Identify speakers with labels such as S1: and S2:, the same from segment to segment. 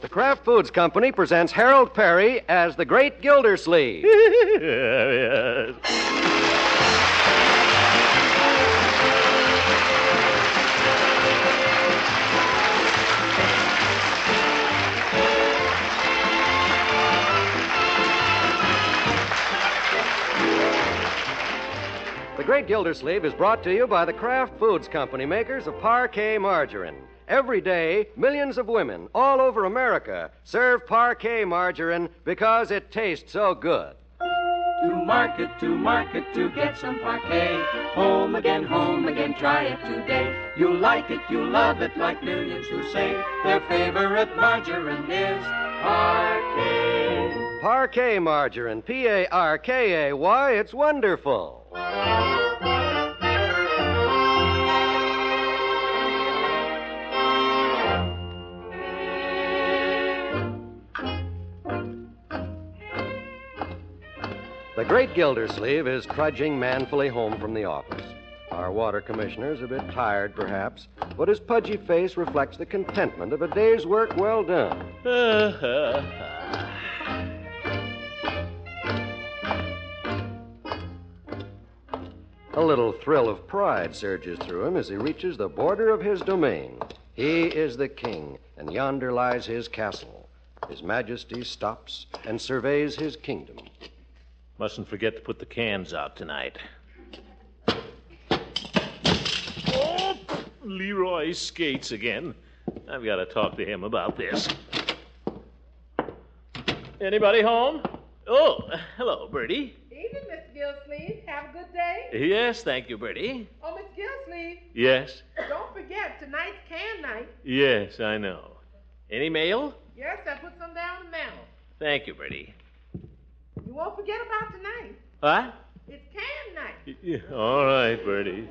S1: The Kraft Foods Company presents Harold Perry as the Great Gildersleeve. The Great Gildersleeve is brought to you by the Kraft Foods Company, makers of parquet margarine. Every day, millions of women all over America serve parquet margarine because it tastes so good.
S2: To market, to market, to get some parquet. Home again, home again, try it today. You'll like it, you'll love it, like millions who say their favorite margarine is parquet.
S1: Parquet margarine, P A R K A Y, it's wonderful. The great Gildersleeve is trudging manfully home from the office. Our water commissioner is a bit tired, perhaps, but his pudgy face reflects the contentment of a day's work well done. A little thrill of pride surges through him as he reaches the border of his domain. He is the king, and yonder lies his castle. His majesty stops and surveys his kingdom.
S3: Mustn't forget to put the cans out tonight. Oh, Leroy skates again. I've got to talk to him about this. Anybody home? Oh, hello, Bertie.
S4: Evening, Mr. Gillsleeve. Have a good day.
S3: Yes, thank you, Bertie.
S4: Oh, Miss Gillsleeve,
S3: Yes,
S4: don't forget tonight's can night.
S3: yes, I know. Any mail?
S4: Yes, I put some down the mantel.
S3: Thank you, Bertie.
S4: You won't forget about tonight.
S3: What?
S4: It's can night.
S3: Yeah, All right, Bertie.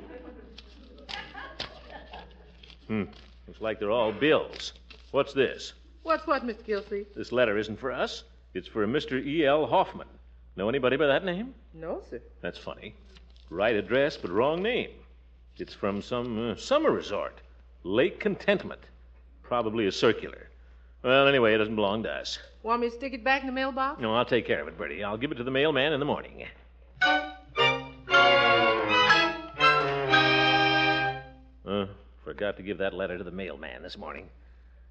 S3: Hmm. Looks like they're all bills. What's this?
S4: What's what, Miss Gillsleeve?
S3: This letter isn't for us. It's for Mr. E.L. Hoffman. Know anybody by that name?
S4: No, sir.
S3: That's funny. Right address, but wrong name. It's from some uh, summer resort, Lake Contentment. Probably a circular. Well, anyway, it doesn't belong to us.
S4: Want me to stick it back in the mailbox?
S3: No, I'll take care of it, Bertie. I'll give it to the mailman in the morning. Uh, forgot to give that letter to the mailman this morning.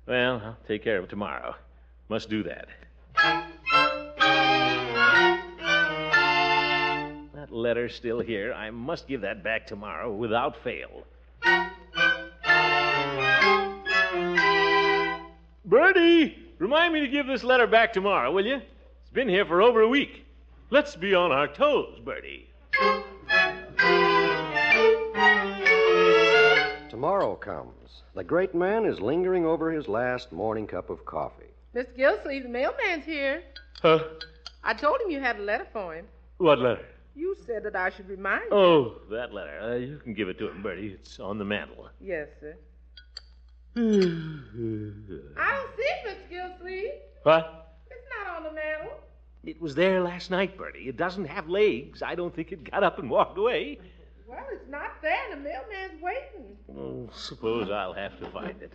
S3: Well, I'll take care of it tomorrow. Must do that. That letter's still here. I must give that back tomorrow without fail. Bertie, remind me to give this letter back tomorrow, will you? It's been here for over a week. Let's be on our toes, Bertie.
S1: Tomorrow comes. The great man is lingering over his last morning cup of coffee.
S4: Mr. Gillsleeve, the mailman's here.
S3: Huh?
S4: I told him you had a letter for him.
S3: What letter?
S4: You said that I should remind you.
S3: Oh, that letter. Uh, you can give it to him, Bertie. It's on the mantel.
S4: Yes, sir. I don't see it, Mr. Gillsleeve.
S3: what?
S4: It's not on the mantel.
S3: It was there last night, Bertie. It doesn't have legs. I don't think it got up and walked away.
S4: Well, it's not there. The mailman's waiting.
S3: Oh, suppose I'll have to find it.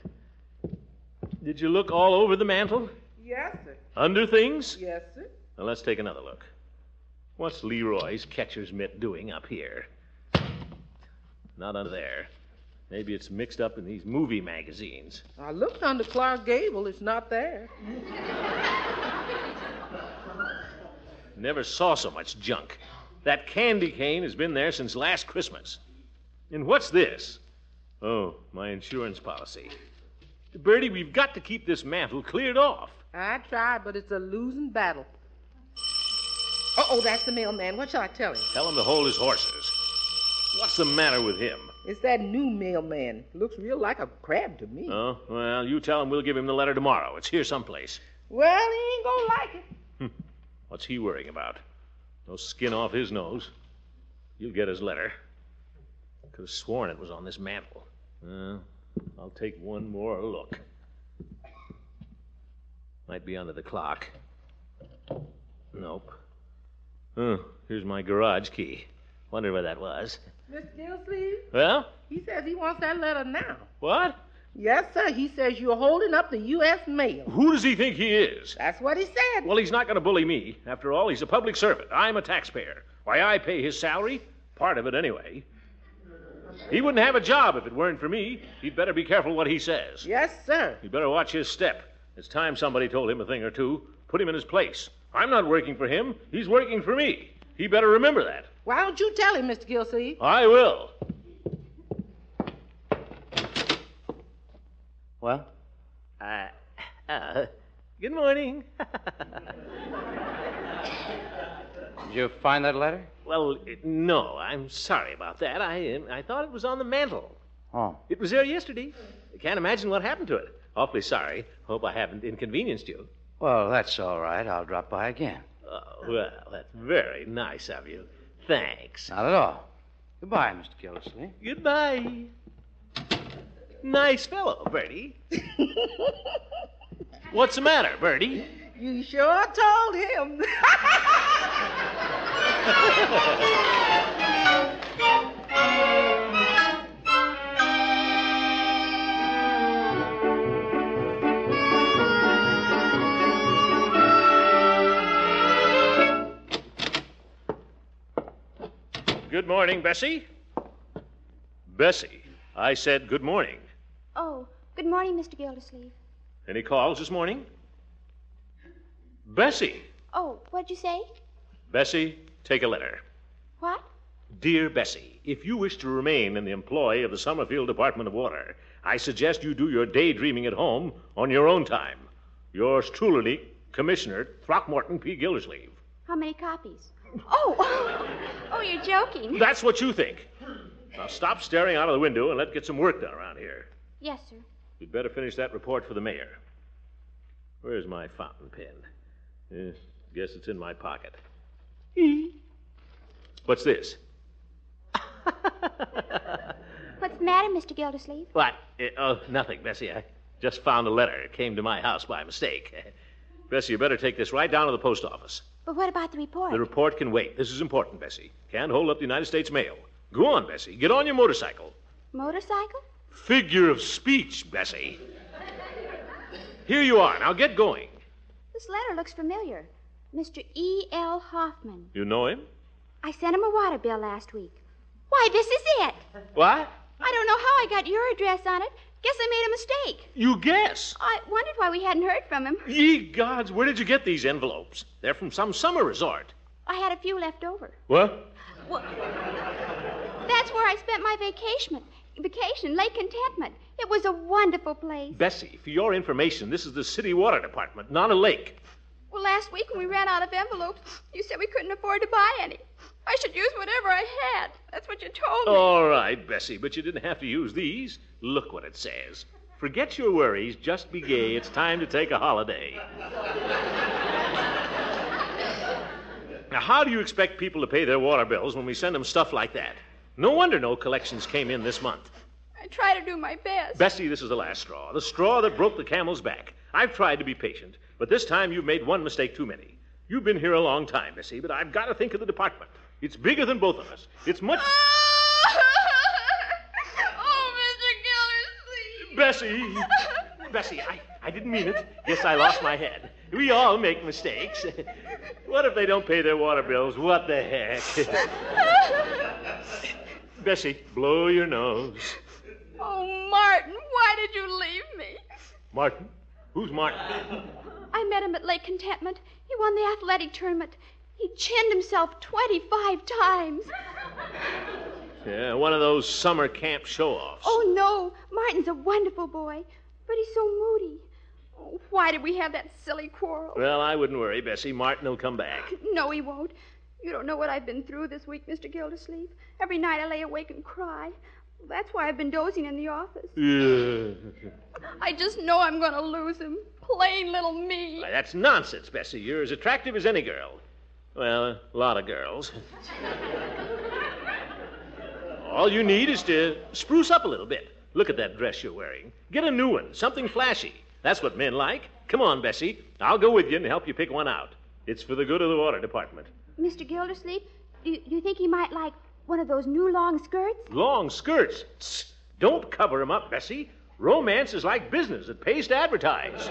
S3: Did you look all over the mantel?
S4: Yes, sir.
S3: Under things?
S4: Yes, sir.
S3: Now let's take another look. What's Leroy's catcher's mitt doing up here? Not under there. Maybe it's mixed up in these movie magazines.
S4: I looked under Clark Gable. It's not there.
S3: Never saw so much junk. That candy cane has been there since last Christmas. And what's this? Oh, my insurance policy. Bertie, we've got to keep this mantle cleared off.
S4: I tried, but it's a losing battle. Uh oh, that's the mailman. What shall I tell him?
S3: Tell him to hold his horses. What's the matter with him?
S4: It's that new mailman. Looks real like a crab to me.
S3: Oh, well, you tell him we'll give him the letter tomorrow. It's here someplace.
S4: well, he ain't gonna like it.
S3: What's he worrying about? No skin off his nose. You'll get his letter. Could have sworn it was on this mantle. Well, I'll take one more look. Might be under the clock. Nope. Oh, here's my garage key. Wonder where that was.
S4: Mr. Gillsleeve,
S3: Well,
S4: he says he wants that letter now.
S3: what?
S4: Yes, sir. He says you're holding up the U.S. mail.
S3: Who does he think he is?
S4: That's what he said.
S3: Well, he's not going to bully me. After all, he's a public servant. I'm a taxpayer. Why, I pay his salary, part of it anyway. He wouldn't have a job if it weren't for me. He'd better be careful what he says.
S4: Yes, sir.
S3: He'd better watch his step. It's time somebody told him a thing or two. Put him in his place. I'm not working for him. He's working for me. He better remember that.
S4: Why don't you tell him, Mr. Gilsey?
S3: I will.
S5: Well?
S6: Uh, uh,
S3: Good morning.
S5: Did you find that letter?
S3: Well, it- no, I'm sorry about that. I I thought it was on the mantel.
S5: Oh.
S3: It was there yesterday. I can't imagine what happened to it. Awfully sorry. Hope I haven't inconvenienced you.
S5: Well, that's all right. I'll drop by again.
S3: Oh, well, that's very nice of you. Thanks.
S5: Not at all. Goodbye, Mr. Gildersleeve.
S3: Goodbye. Nice fellow, Bertie. What's the matter, Bertie?
S4: You sure told him.
S3: Good morning, Bessie. Bessie, I said good morning.
S7: Oh, good morning, Mr. Gildersleeve.
S3: Any calls this morning? Bessie.
S7: Oh, what'd you say?
S3: Bessie, take a letter.
S7: What?
S3: Dear Bessie, if you wish to remain in the employ of the Summerfield Department of Water, I suggest you do your daydreaming at home on your own time. Yours truly, Commissioner Throckmorton P. Gildersleeve.
S7: How many copies? Oh, oh, you're joking.
S3: That's what you think. Now stop staring out of the window and let's get some work done around here.
S7: Yes, sir.
S3: You'd better finish that report for the mayor. Where's my fountain pen? Eh, guess it's in my pocket. What's this?
S7: What's the matter, Mr. Gildersleeve?
S3: What? Eh, oh, nothing, Bessie. I just found a letter. It came to my house by mistake. Bessie, you better take this right down to the post office.
S7: But what about the report?
S3: The report can wait. This is important, Bessie. Can't hold up the United States mail. Go on, Bessie. Get on your motorcycle.
S7: Motorcycle?
S3: Figure of speech, Bessie. Here you are. Now get going.
S7: This letter looks familiar. Mr. E. L. Hoffman.
S3: You know him?
S7: I sent him a water bill last week. Why, this is it.
S3: What?
S7: I don't know how I got your address on it. Guess I made a mistake.
S3: You guess.
S7: I wondered why we hadn't heard from him.
S3: Ye gods, where did you get these envelopes? They're from some summer resort.
S7: I had a few left over.
S3: What?
S7: Well, that's where I spent my vacation. Vacation, Lake Contentment. It was a wonderful place.
S3: Bessie, for your information, this is the city water department, not a lake.
S7: Well, last week when we ran out of envelopes, you said we couldn't afford to buy any. I should use whatever I had. That's what you told me.
S3: All right, Bessie, but you didn't have to use these. Look what it says. Forget your worries, just be gay. It's time to take a holiday. now, how do you expect people to pay their water bills when we send them stuff like that? No wonder no collections came in this month.
S7: I try to do my best.
S3: Bessie, this is the last straw, the straw that broke the camel's back. I've tried to be patient, but this time you've made one mistake too many. You've been here a long time, Bessie, but I've got to think of the department. It's bigger than both of us. It's much.
S7: oh, Mr. Gildersleeve.
S3: Bessie! Bessie, I, I didn't mean it. Yes, I lost my head. We all make mistakes. what if they don't pay their water bills? What the heck? Bessie, blow your nose.
S7: oh, Martin, why did you leave me?
S3: Martin? Who's Martin?
S7: I met him at Lake Contentment. He won the athletic tournament. He chinned himself 25 times.
S3: Yeah, one of those summer camp show offs.
S7: Oh, no. Martin's a wonderful boy, but he's so moody. Oh, why did we have that silly quarrel?
S3: Well, I wouldn't worry, Bessie. Martin will come back.
S7: No, he won't. You don't know what I've been through this week, Mr. Gildersleeve. Every night I lay awake and cry. That's why I've been dozing in the office.
S3: Yeah.
S7: I just know I'm going to lose him. Plain little me.
S3: Why, that's nonsense, Bessie. You're as attractive as any girl. Well, a lot of girls. All you need is to spruce up a little bit. Look at that dress you're wearing. Get a new one, something flashy. That's what men like. Come on, Bessie. I'll go with you and help you pick one out. It's for the good of the water department.
S7: Mr. Gildersleeve, do you, do you think he might like one of those new long skirts?
S3: Long skirts. Tss. Don't cover 'em up, Bessie. Romance is like business, it pays to advertise.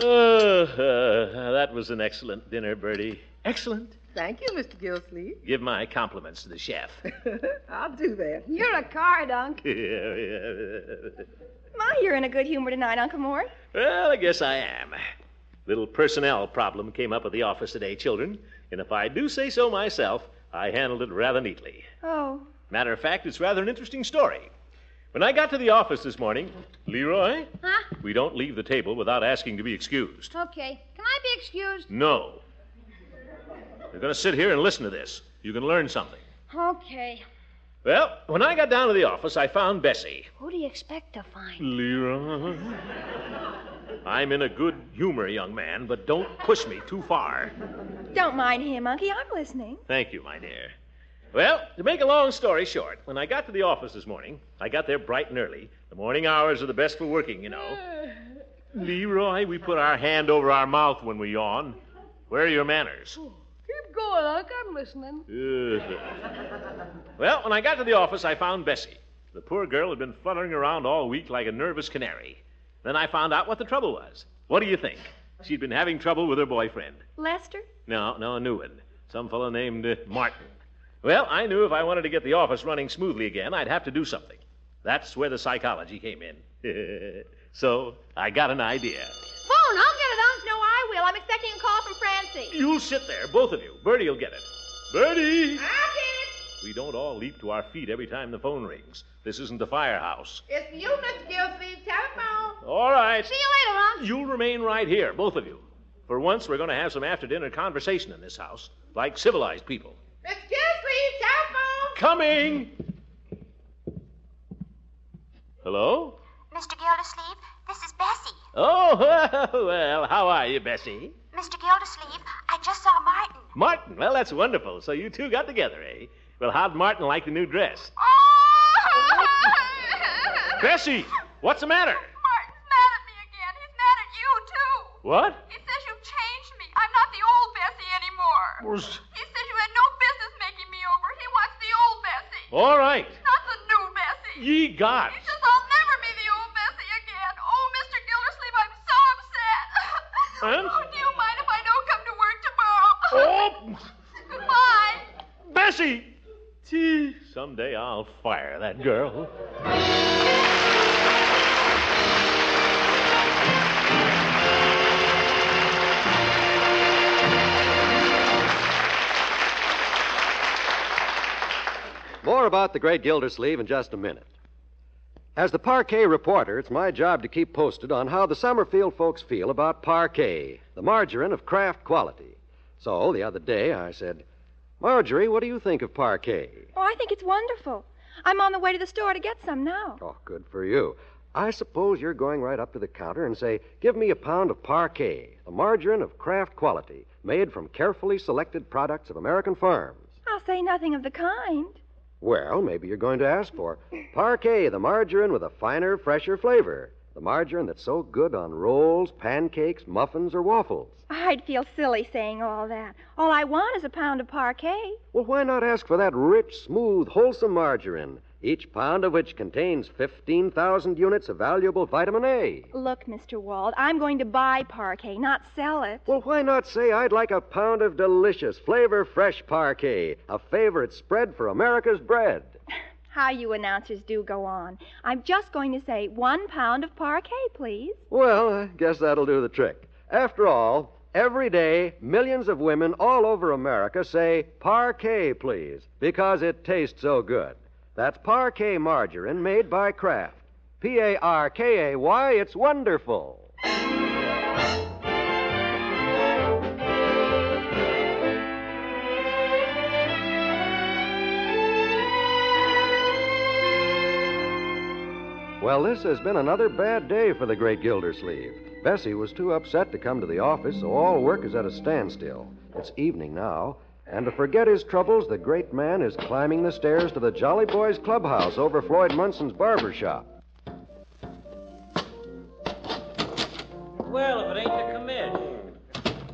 S3: Uh, uh, that was an excellent dinner, Bertie. Excellent.
S4: Thank you, Mr. Gilsleeve.
S3: Give my compliments to the chef.
S4: I'll do that.
S7: You're a card, Unc.
S8: My, you're in a good humor tonight, Uncle Mort.
S3: Well, I guess I am. Little personnel problem came up at the office today, children, and if I do say so myself, I handled it rather neatly.
S8: Oh,
S3: Matter of fact, it's rather an interesting story. When I got to the office this morning, Leroy,
S9: Huh?
S3: we don't leave the table without asking to be excused.
S9: Okay. Can I be excused?
S3: No. You're going to sit here and listen to this. You can learn something.
S9: Okay.
S3: Well, when I got down to the office, I found Bessie.
S9: Who do you expect to find?
S3: Leroy. I'm in a good humor, young man, but don't push me too far.
S8: don't mind him, Unky. I'm listening.
S3: Thank you, my dear. Well, to make a long story short, when I got to the office this morning, I got there bright and early. The morning hours are the best for working, you know. Leroy, we put our hand over our mouth when we yawn. Where are your manners?
S9: Keep going, Unc. I'm listening.
S3: Ugh. Well, when I got to the office, I found Bessie. The poor girl had been fluttering around all week like a nervous canary. Then I found out what the trouble was. What do you think? She'd been having trouble with her boyfriend.
S8: Lester?
S3: No, no, a new one. Some fellow named uh, Martin. Well, I knew if I wanted to get the office running smoothly again, I'd have to do something. That's where the psychology came in. so I got an idea.
S9: Phone, I'll get it, Unc.
S8: No, I will. I'm expecting a call from Francie.
S3: You'll sit there, both of you. Bertie will get it. Bertie!
S9: I'll get
S3: We don't all leap to our feet every time the phone rings. This isn't the firehouse.
S4: It's for you, Mr. Gilsleeve. Telephone.
S3: All right.
S9: See you later, Unc.
S3: You'll remain right here, both of you. For once, we're going to have some after dinner conversation in this house, like civilized people.
S4: Mr. Gilsleeve, telephone.
S3: Coming! Hello?
S10: Mr. Gildersleeve, this is Bessie.
S3: Oh, well, how are you, Bessie?
S10: Mr. Gildersleeve, I just saw Martin.
S3: Martin, well, that's wonderful. So you two got together, eh? Well, how'd Martin like the new dress?
S11: Oh!
S3: Bessie, what's the matter?
S10: Martin's mad at me again. He's mad at you, too.
S3: What?
S10: He says you've changed me. I'm not the old Bessie anymore. He says you had no business making me over. He wants the old Bessie,
S3: All right.
S10: not the new Bessie.
S3: Ye gods.
S10: He says I'll never be the old Bessie again. Oh, Mr. Gildersleeve, I'm so upset.
S3: Huh?
S10: Oh, do you mind if I don't come to work tomorrow?
S3: Oh!
S10: Goodbye.
S3: Bessie! Gee, someday I'll fire that girl.
S1: More about the great Gildersleeve in just a minute. As the parquet reporter, it's my job to keep posted on how the Summerfield folks feel about parquet, the margarine of craft quality. So the other day I said, Marjorie, what do you think of parquet?
S8: Oh, I think it's wonderful. I'm on the way to the store to get some now.
S1: Oh, good for you. I suppose you're going right up to the counter and say, Give me a pound of parquet, the margarine of craft quality, made from carefully selected products of American farms.
S8: I'll say nothing of the kind.
S1: Well, maybe you're going to ask for parquet, the margarine with a finer, fresher flavor. The margarine that's so good on rolls, pancakes, muffins, or waffles.
S8: I'd feel silly saying all that. All I want is a pound of parquet.
S1: Well, why not ask for that rich, smooth, wholesome margarine, each pound of which contains 15,000 units of valuable vitamin A?
S8: Look, Mr. Wald, I'm going to buy parquet, not sell it.
S1: Well, why not say I'd like a pound of delicious, flavor fresh parquet, a favorite spread for America's bread?
S8: How you announcers do go on. I'm just going to say one pound of parquet, please.
S1: Well, I guess that'll do the trick. After all, every day, millions of women all over America say, Parquet, please, because it tastes so good. That's parquet margarine made by Kraft. P A R K A Y, it's wonderful. Well, this has been another bad day for the great Gildersleeve. Bessie was too upset to come to the office, so all work is at a standstill. It's evening now, and to forget his troubles, the great man is climbing the stairs to the Jolly Boys Clubhouse over Floyd Munson's barber shop.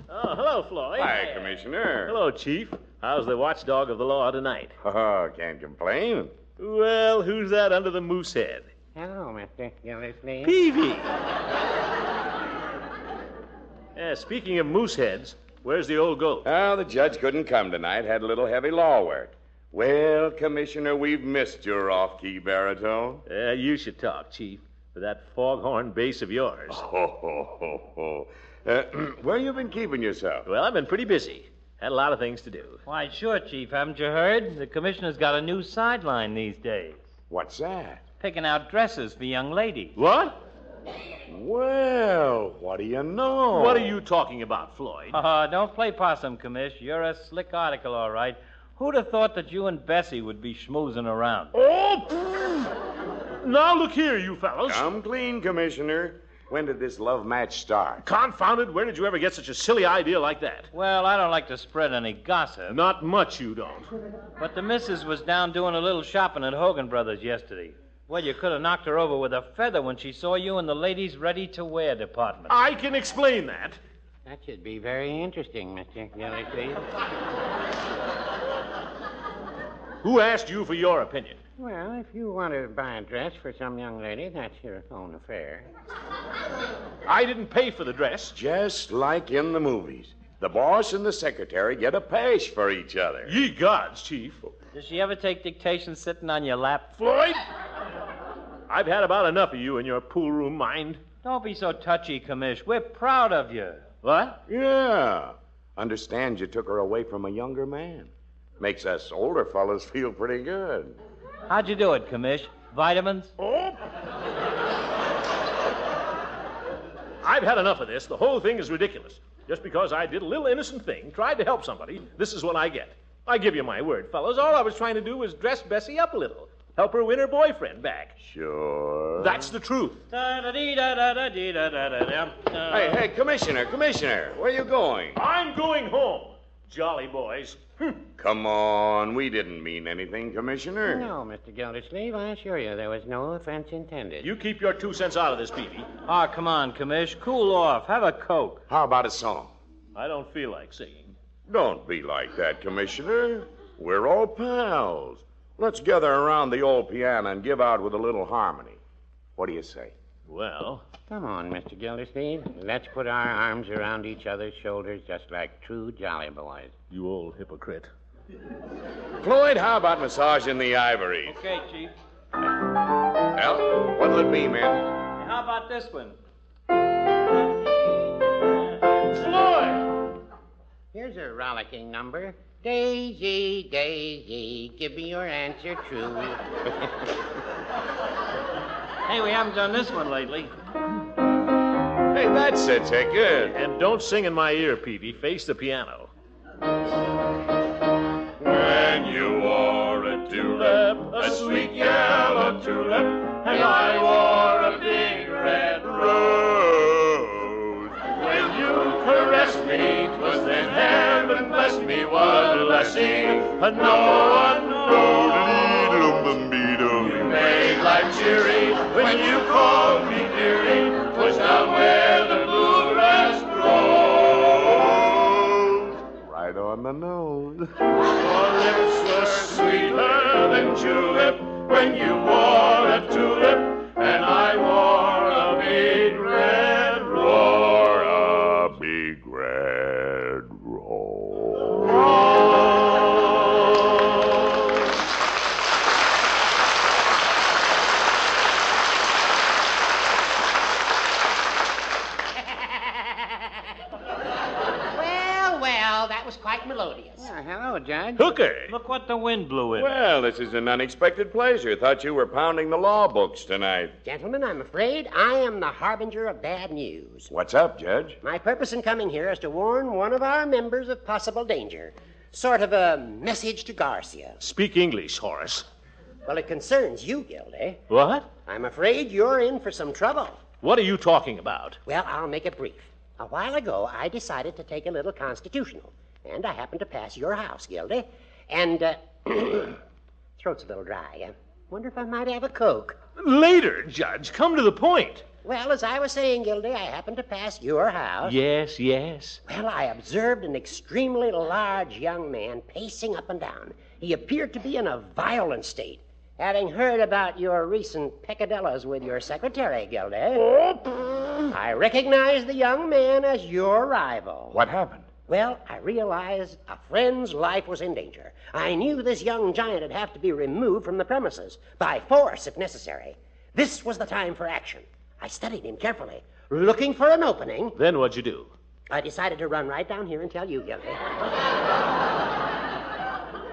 S3: Uh, Hello, Floyd.
S12: Hi, Commissioner.
S3: Hello, Chief. How's the watchdog of the law tonight?
S12: Oh, can't complain.
S3: Well, who's that under the moose head?
S5: Hello, Mr. Gildersleeve.
S3: Peavy. Yeah, speaking of moose heads, where's the old goat?
S12: Oh, the judge couldn't come tonight. Had a little heavy law work. Well, Commissioner, we've missed your off key baritone.
S3: Yeah, you should talk, Chief, with that foghorn bass of yours.
S12: Oh, ho, ho, ho. Uh, where you been keeping yourself?
S3: Well, I've been pretty busy. Had a lot of things to do.
S13: Why, sure, Chief. Haven't you heard? The commissioner's got a new sideline these days.
S12: What's that?
S13: Picking out dresses for young ladies.
S3: What?
S12: Well, what do you know?
S3: What are you talking about, Floyd?
S13: Uh, Oh. don't play possum, commish. You're a slick article, all right. Who'd have thought that you and Bessie would be schmoozing around?
S3: Oh! now look here, you fellows.
S12: Come clean, Commissioner. When did this love match start?
S3: Confounded, where did you ever get such a silly idea like that?
S13: Well, I don't like to spread any gossip.
S3: Not much, you don't.
S13: But the missus was down doing a little shopping at Hogan Brothers yesterday. Well, you could have knocked her over with a feather when she saw you in the ladies' ready to wear department.
S3: I can explain that.
S5: That should be very interesting, Mr. Gildersleeve.
S3: Who asked you for your opinion?
S5: Well, if you want to buy a dress for some young lady, that's your own affair.
S3: I didn't pay for the dress.
S12: Just like in the movies. The boss and the secretary get a pash for each other.
S3: Ye gods, Chief.
S13: Does she ever take dictation sitting on your lap?
S3: Floyd! I've had about enough of you and your pool room mind.
S13: Don't be so touchy, Commish. We're proud of you.
S3: What?
S12: Yeah. Understand you took her away from a younger man. Makes us older fellas feel pretty good.
S13: How'd you do it, Commish? Vitamins?
S3: Oh. I've had enough of this. The whole thing is ridiculous. Just because I did a little innocent thing, tried to help somebody, this is what I get. I give you my word, fellas. All I was trying to do was dress Bessie up a little, help her win her boyfriend back.
S12: Sure.
S3: That's the truth.
S12: Hey, hey, Commissioner, Commissioner, where you going?
S3: I'm going home. Jolly boys.
S12: Come on, we didn't mean anything, Commissioner.
S5: No, Mr. Gildersleeve, I assure you there was no offense intended.
S3: You keep your two cents out of this, Peavy.
S13: Ah, oh, come on, Commish. Cool off. Have a Coke.
S12: How about a song?
S3: I don't feel like singing.
S12: Don't be like that, Commissioner. We're all pals. Let's gather around the old piano and give out with a little harmony. What do you say?
S3: Well.
S5: Come on, Mr. Gildersleeve. Let's put our arms around each other's shoulders just like true jolly boys.
S3: You old hypocrite.
S12: Floyd, how about massaging the ivory?
S13: Okay, Chief.
S12: Well, what'll it be, man? And
S13: how about this one?
S3: Floyd!
S5: Here's a rollicking number. Daisy, Daisy, give me your answer true.
S13: hey, we haven't done this one lately.
S12: Hey, that's a ticket.
S3: And don't sing in my ear, Peavy. Face the piano.
S14: When you wore a tulip, a sweet yellow tulip, and I wore a big red rose. When you caressed me, twas then heaven blessed me, what a blessing, and no one knows. You made life cheery when you called me dearie, twas down where the bluegrass grows.
S12: Right on the nose.
S14: Your lips were sweeter than julep when you wore a tulip, and I wore a big red rose.
S12: Or a big red roll.
S15: Well, well, that was quite melodious.
S5: Ah, hello, Judge.
S3: Hooker!
S13: Look what the wind blew in.
S12: Well, this is an unexpected pleasure. Thought you were pounding the law books tonight.
S15: Gentlemen, I'm afraid I am the harbinger of bad news.
S12: What's up, Judge?
S15: My purpose in coming here is to warn one of our members of possible danger. Sort of a message to Garcia.
S3: Speak English, Horace.
S15: Well, it concerns you, Gildy.
S3: What?
S15: I'm afraid you're in for some trouble.
S3: What are you talking about?
S15: Well, I'll make it brief. A while ago, I decided to take a little constitutional, and I happened to pass your house, Gildy. And, uh, eh? throat's a little dry. I wonder if I might have a Coke.
S3: Later, Judge. Come to the point.
S15: Well, as I was saying, Gildy, I happened to pass your house.
S13: Yes, yes.
S15: Well, I observed an extremely large young man pacing up and down. He appeared to be in a violent state. Having heard about your recent peccadilloes with your secretary, Gildy, I recognized the young man as your rival.
S12: What happened?
S15: Well, I realized a friend's life was in danger. I knew this young giant would have to be removed from the premises, by force if necessary. This was the time for action. I studied him carefully, looking for an opening.
S3: Then what'd you do?
S15: I decided to run right down here and tell you, Gildy.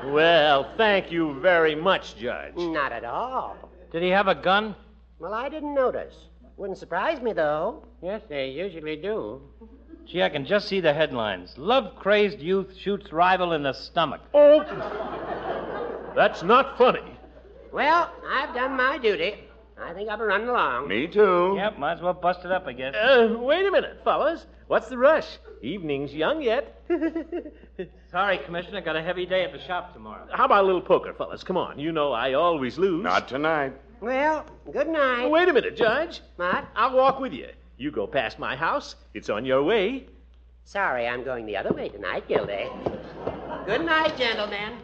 S3: Well, thank you very much, Judge.
S15: Not at all.
S13: Did he have a gun?
S15: Well, I didn't notice. Wouldn't surprise me, though.
S5: Yes, they usually do.
S13: Gee, I can just see the headlines. Love crazed youth shoots rival in the stomach.
S3: Oh! That's not funny.
S15: Well, I've done my duty. I think I'll be running along.
S12: Me too.
S13: Yep, might as well bust it up, I guess.
S3: Uh, wait a minute, fellas. What's the rush? Evening's young yet.
S13: Sorry, Commissioner, got a heavy day at the shop tomorrow.
S3: How about a little poker, fellas? Come on. You know I always lose.
S12: Not tonight.
S15: Well, good night.
S3: Wait a minute, Judge.
S15: What?
S3: I'll walk with you. You go past my house. It's on your way.
S15: Sorry, I'm going the other way tonight, Gildy. Good night, gentlemen.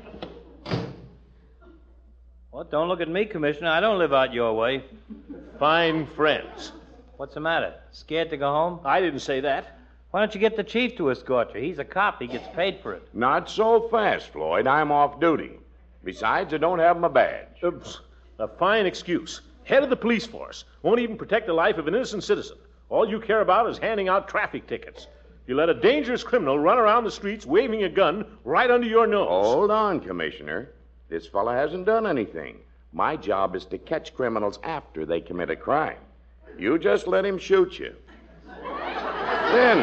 S13: Well, don't look at me, Commissioner. I don't live out your way.
S3: Fine friends.
S13: What's the matter? Scared to go home?
S3: I didn't say that.
S13: Why don't you get the chief to escort you? He's a cop. He gets paid for it.
S12: Not so fast, Floyd. I'm off duty. Besides, I don't have my badge.
S3: Oops. A fine excuse. Head of the police force. Won't even protect the life of an innocent citizen. All you care about is handing out traffic tickets. You let a dangerous criminal run around the streets waving a gun right under your nose.
S12: Hold on, Commissioner. This fella hasn't done anything. My job is to catch criminals after they commit a crime. You just let him shoot you. Then.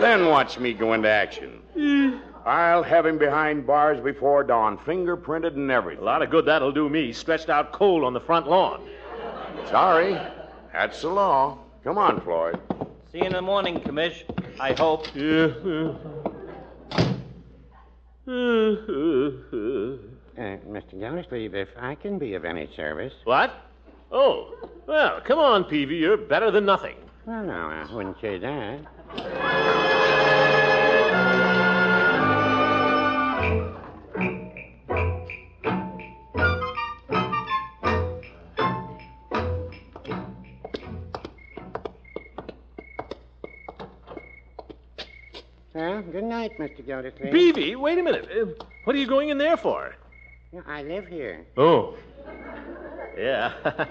S12: Then watch me go into action. I'll have him behind bars before dawn, fingerprinted and everything.
S3: A lot of good that'll do me, stretched out cold on the front lawn.
S12: Sorry. That's the law. Come on, Floyd.
S13: See you in the morning, Commish. I hope.
S5: Uh, Mr. Gildersleeve, if I can be of any service.
S3: What? Oh, well, come on, Peavy. You're better than nothing.
S5: Well, no, I wouldn't say that. Well, good night, Mr. Gildersleeve.
S3: Peavy, wait a minute. Uh, what are you going in there for?
S5: No, I live here.
S3: Oh. Yeah.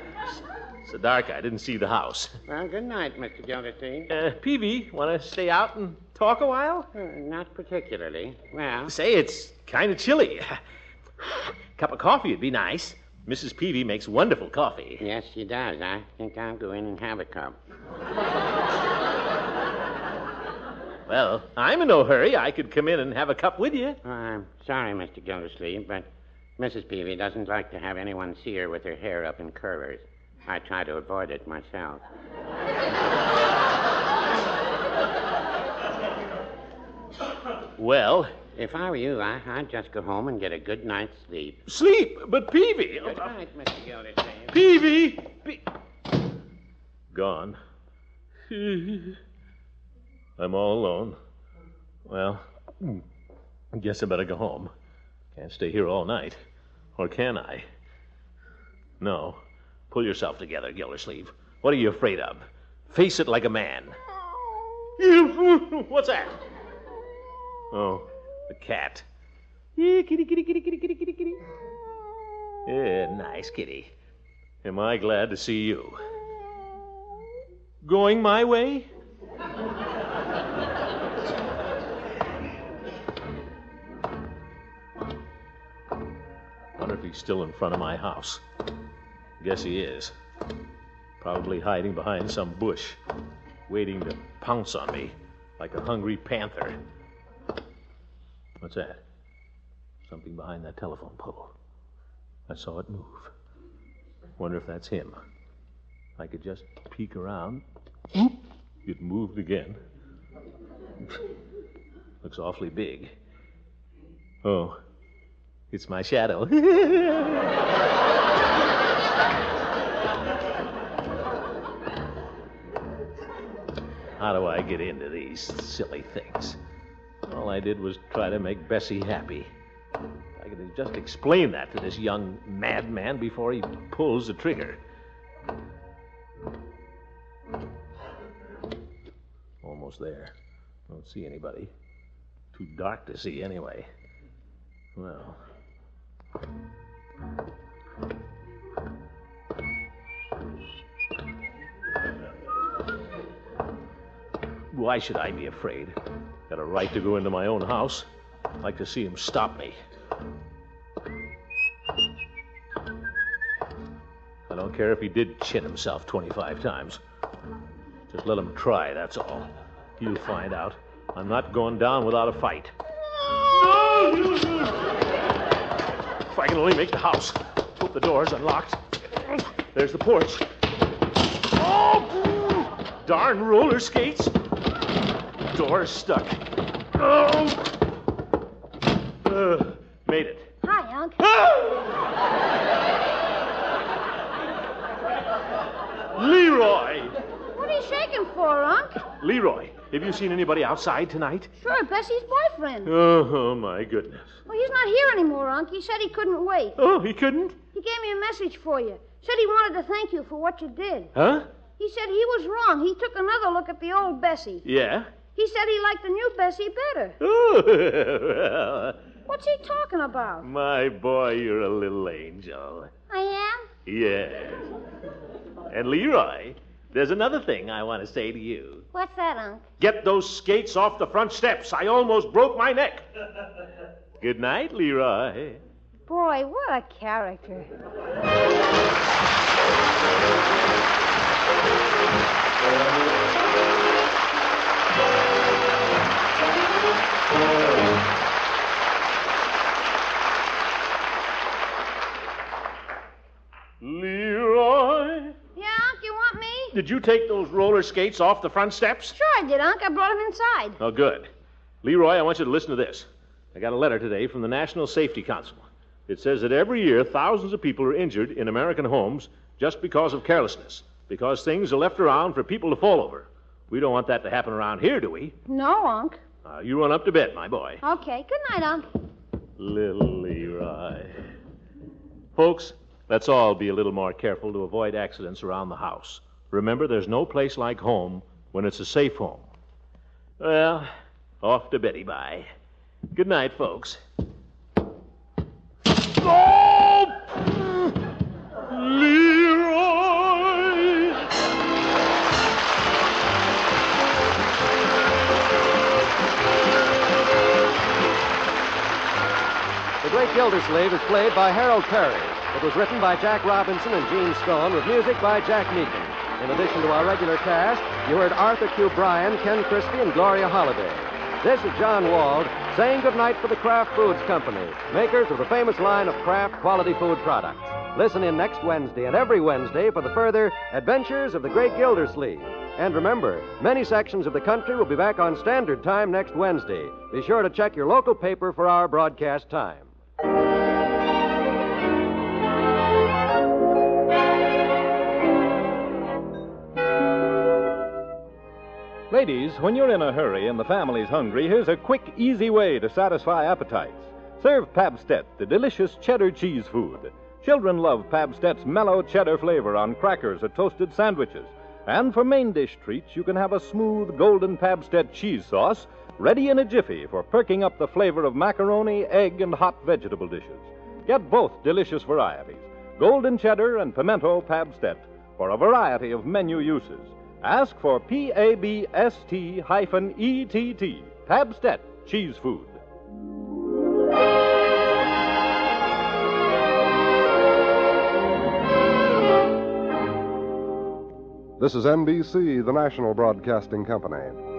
S3: it's dark. I didn't see the house.
S5: Well, good night, Mr. Gildersleeve.
S3: Uh, Peavy, want to stay out and talk a while?
S5: Uh, not particularly. Well,
S3: Say, it's kind of chilly. Cup of coffee would be nice. Mrs. Peavy makes wonderful coffee.
S5: yes, she does. I think I'll go in and have a cup.
S3: Well, I'm in no hurry. I could come in and have a cup with you.
S5: Well, I'm sorry, Mr. Gildersleeve, but Mrs. Peavy doesn't like to have anyone see her with her hair up in curlers. I try to avoid it myself.
S3: Well,
S5: If I were you, I, I'd just go home and get a good night's sleep.
S3: sleep, but Peavy. uh,
S5: Good night, Mr. Gildersleeve.
S3: Peavy! Pe- Gone. I'm all alone. Well, hmm. I guess I better go home. Can't stay here all night. Or can I? No. Pull yourself together, Gildersleeve. What are you afraid of? Face it like a man. What's that? Oh, the cat. Yeah, Eh, kitty, kitty, kitty, kitty, kitty, kitty, kitty. Yeah, Eh, nice kitty. Am I glad to see you? Going my way? Wonder if he's still in front of my house. Guess he is. Probably hiding behind some bush, waiting to pounce on me like a hungry panther. What's that? Something behind that telephone pole. I saw it move. Wonder if that's him. I could just peek around. It moved again. Looks awfully big. Oh, it's my shadow. How do I get into these silly things? All I did was try to make Bessie happy. If I could just explain that to this young madman before he pulls the trigger. Almost there. Don't see anybody. Too dark to see anyway. Well. Why should I be afraid? Got a right to go into my own house. I'd like to see him stop me. I don't care if he did chin himself 25 times. Just let him try, that's all. He'll find out. I'm not going down without a fight. If I can only make the house. Hope the door's unlocked. There's the porch. Oh! Darn roller skates. Door's stuck. Oh! Uh, made it.
S11: Hi, Unc.
S3: Leroy!
S11: What are you shaking for, Unc?
S3: Leroy, have you seen anybody outside tonight?
S11: Sure, Bessie's boyfriend.
S3: Oh, oh, my goodness.
S11: Well, he's not here anymore, Unc. He said he couldn't wait.
S3: Oh, he couldn't?
S11: He gave me a message for you. Said he wanted to thank you for what you did.
S3: Huh?
S11: He said he was wrong. He took another look at the old Bessie.
S3: Yeah?
S11: He said he liked the new Bessie better.
S3: Oh, well,
S11: What's he talking about?
S3: my boy, you're a little angel.
S11: I am?
S3: Yes. And Leroy, there's another thing I want to say to you.
S11: What's that, Unc?
S3: Get those skates off the front steps. I almost broke my neck. Good night, Leroy.
S11: Boy, what a character.
S3: Leroy,
S11: Yeah, Unc, you want me?
S3: did you take those roller skates off the front steps?
S11: Sure I did, Unc. I brought him inside.
S3: Oh, good. Leroy, I want you to listen to this. I got a letter today from the National Safety Council. It says that every year thousands of people are injured in American homes just because of carelessness, because things are left around for people to fall over. We don't want that to happen around here, do we?
S11: No, Unc.
S3: Uh, you run up to bed, my boy.
S11: Okay. Good night, Unc.
S3: Little Leroy. Folks, let's all be a little more careful to avoid accidents around the house. Remember, there's no place like home when it's a safe home. Well, off to Betty Bye. Good night, folks.
S1: The Great Gildersleeve is played by Harold Perry. It was written by Jack Robinson and Gene Stone with music by Jack Meakin. In addition to our regular cast, you heard Arthur Q. Bryan, Ken Christie, and Gloria Holliday. This is John Wald saying goodnight for the Kraft Foods Company, makers of the famous line of Kraft quality food products. Listen in next Wednesday and every Wednesday for the further Adventures of the Great Gildersleeve. And remember, many sections of the country will be back on standard time next Wednesday. Be sure to check your local paper for our broadcast time.
S16: Ladies, when you're in a hurry and the family's hungry, here's a quick, easy way to satisfy appetites. Serve Pabstet, the delicious cheddar cheese food. Children love Pabstet's mellow cheddar flavor on crackers or toasted sandwiches. And for main dish treats, you can have a smooth golden Pabstet cheese sauce ready in a jiffy for perking up the flavor of macaroni, egg, and hot vegetable dishes. Get both delicious varieties, golden cheddar and pimento Pabstet, for a variety of menu uses. Ask for P A B S T hyphen E T T, Pabstet Cheese Food.
S17: This is NBC, the national broadcasting company.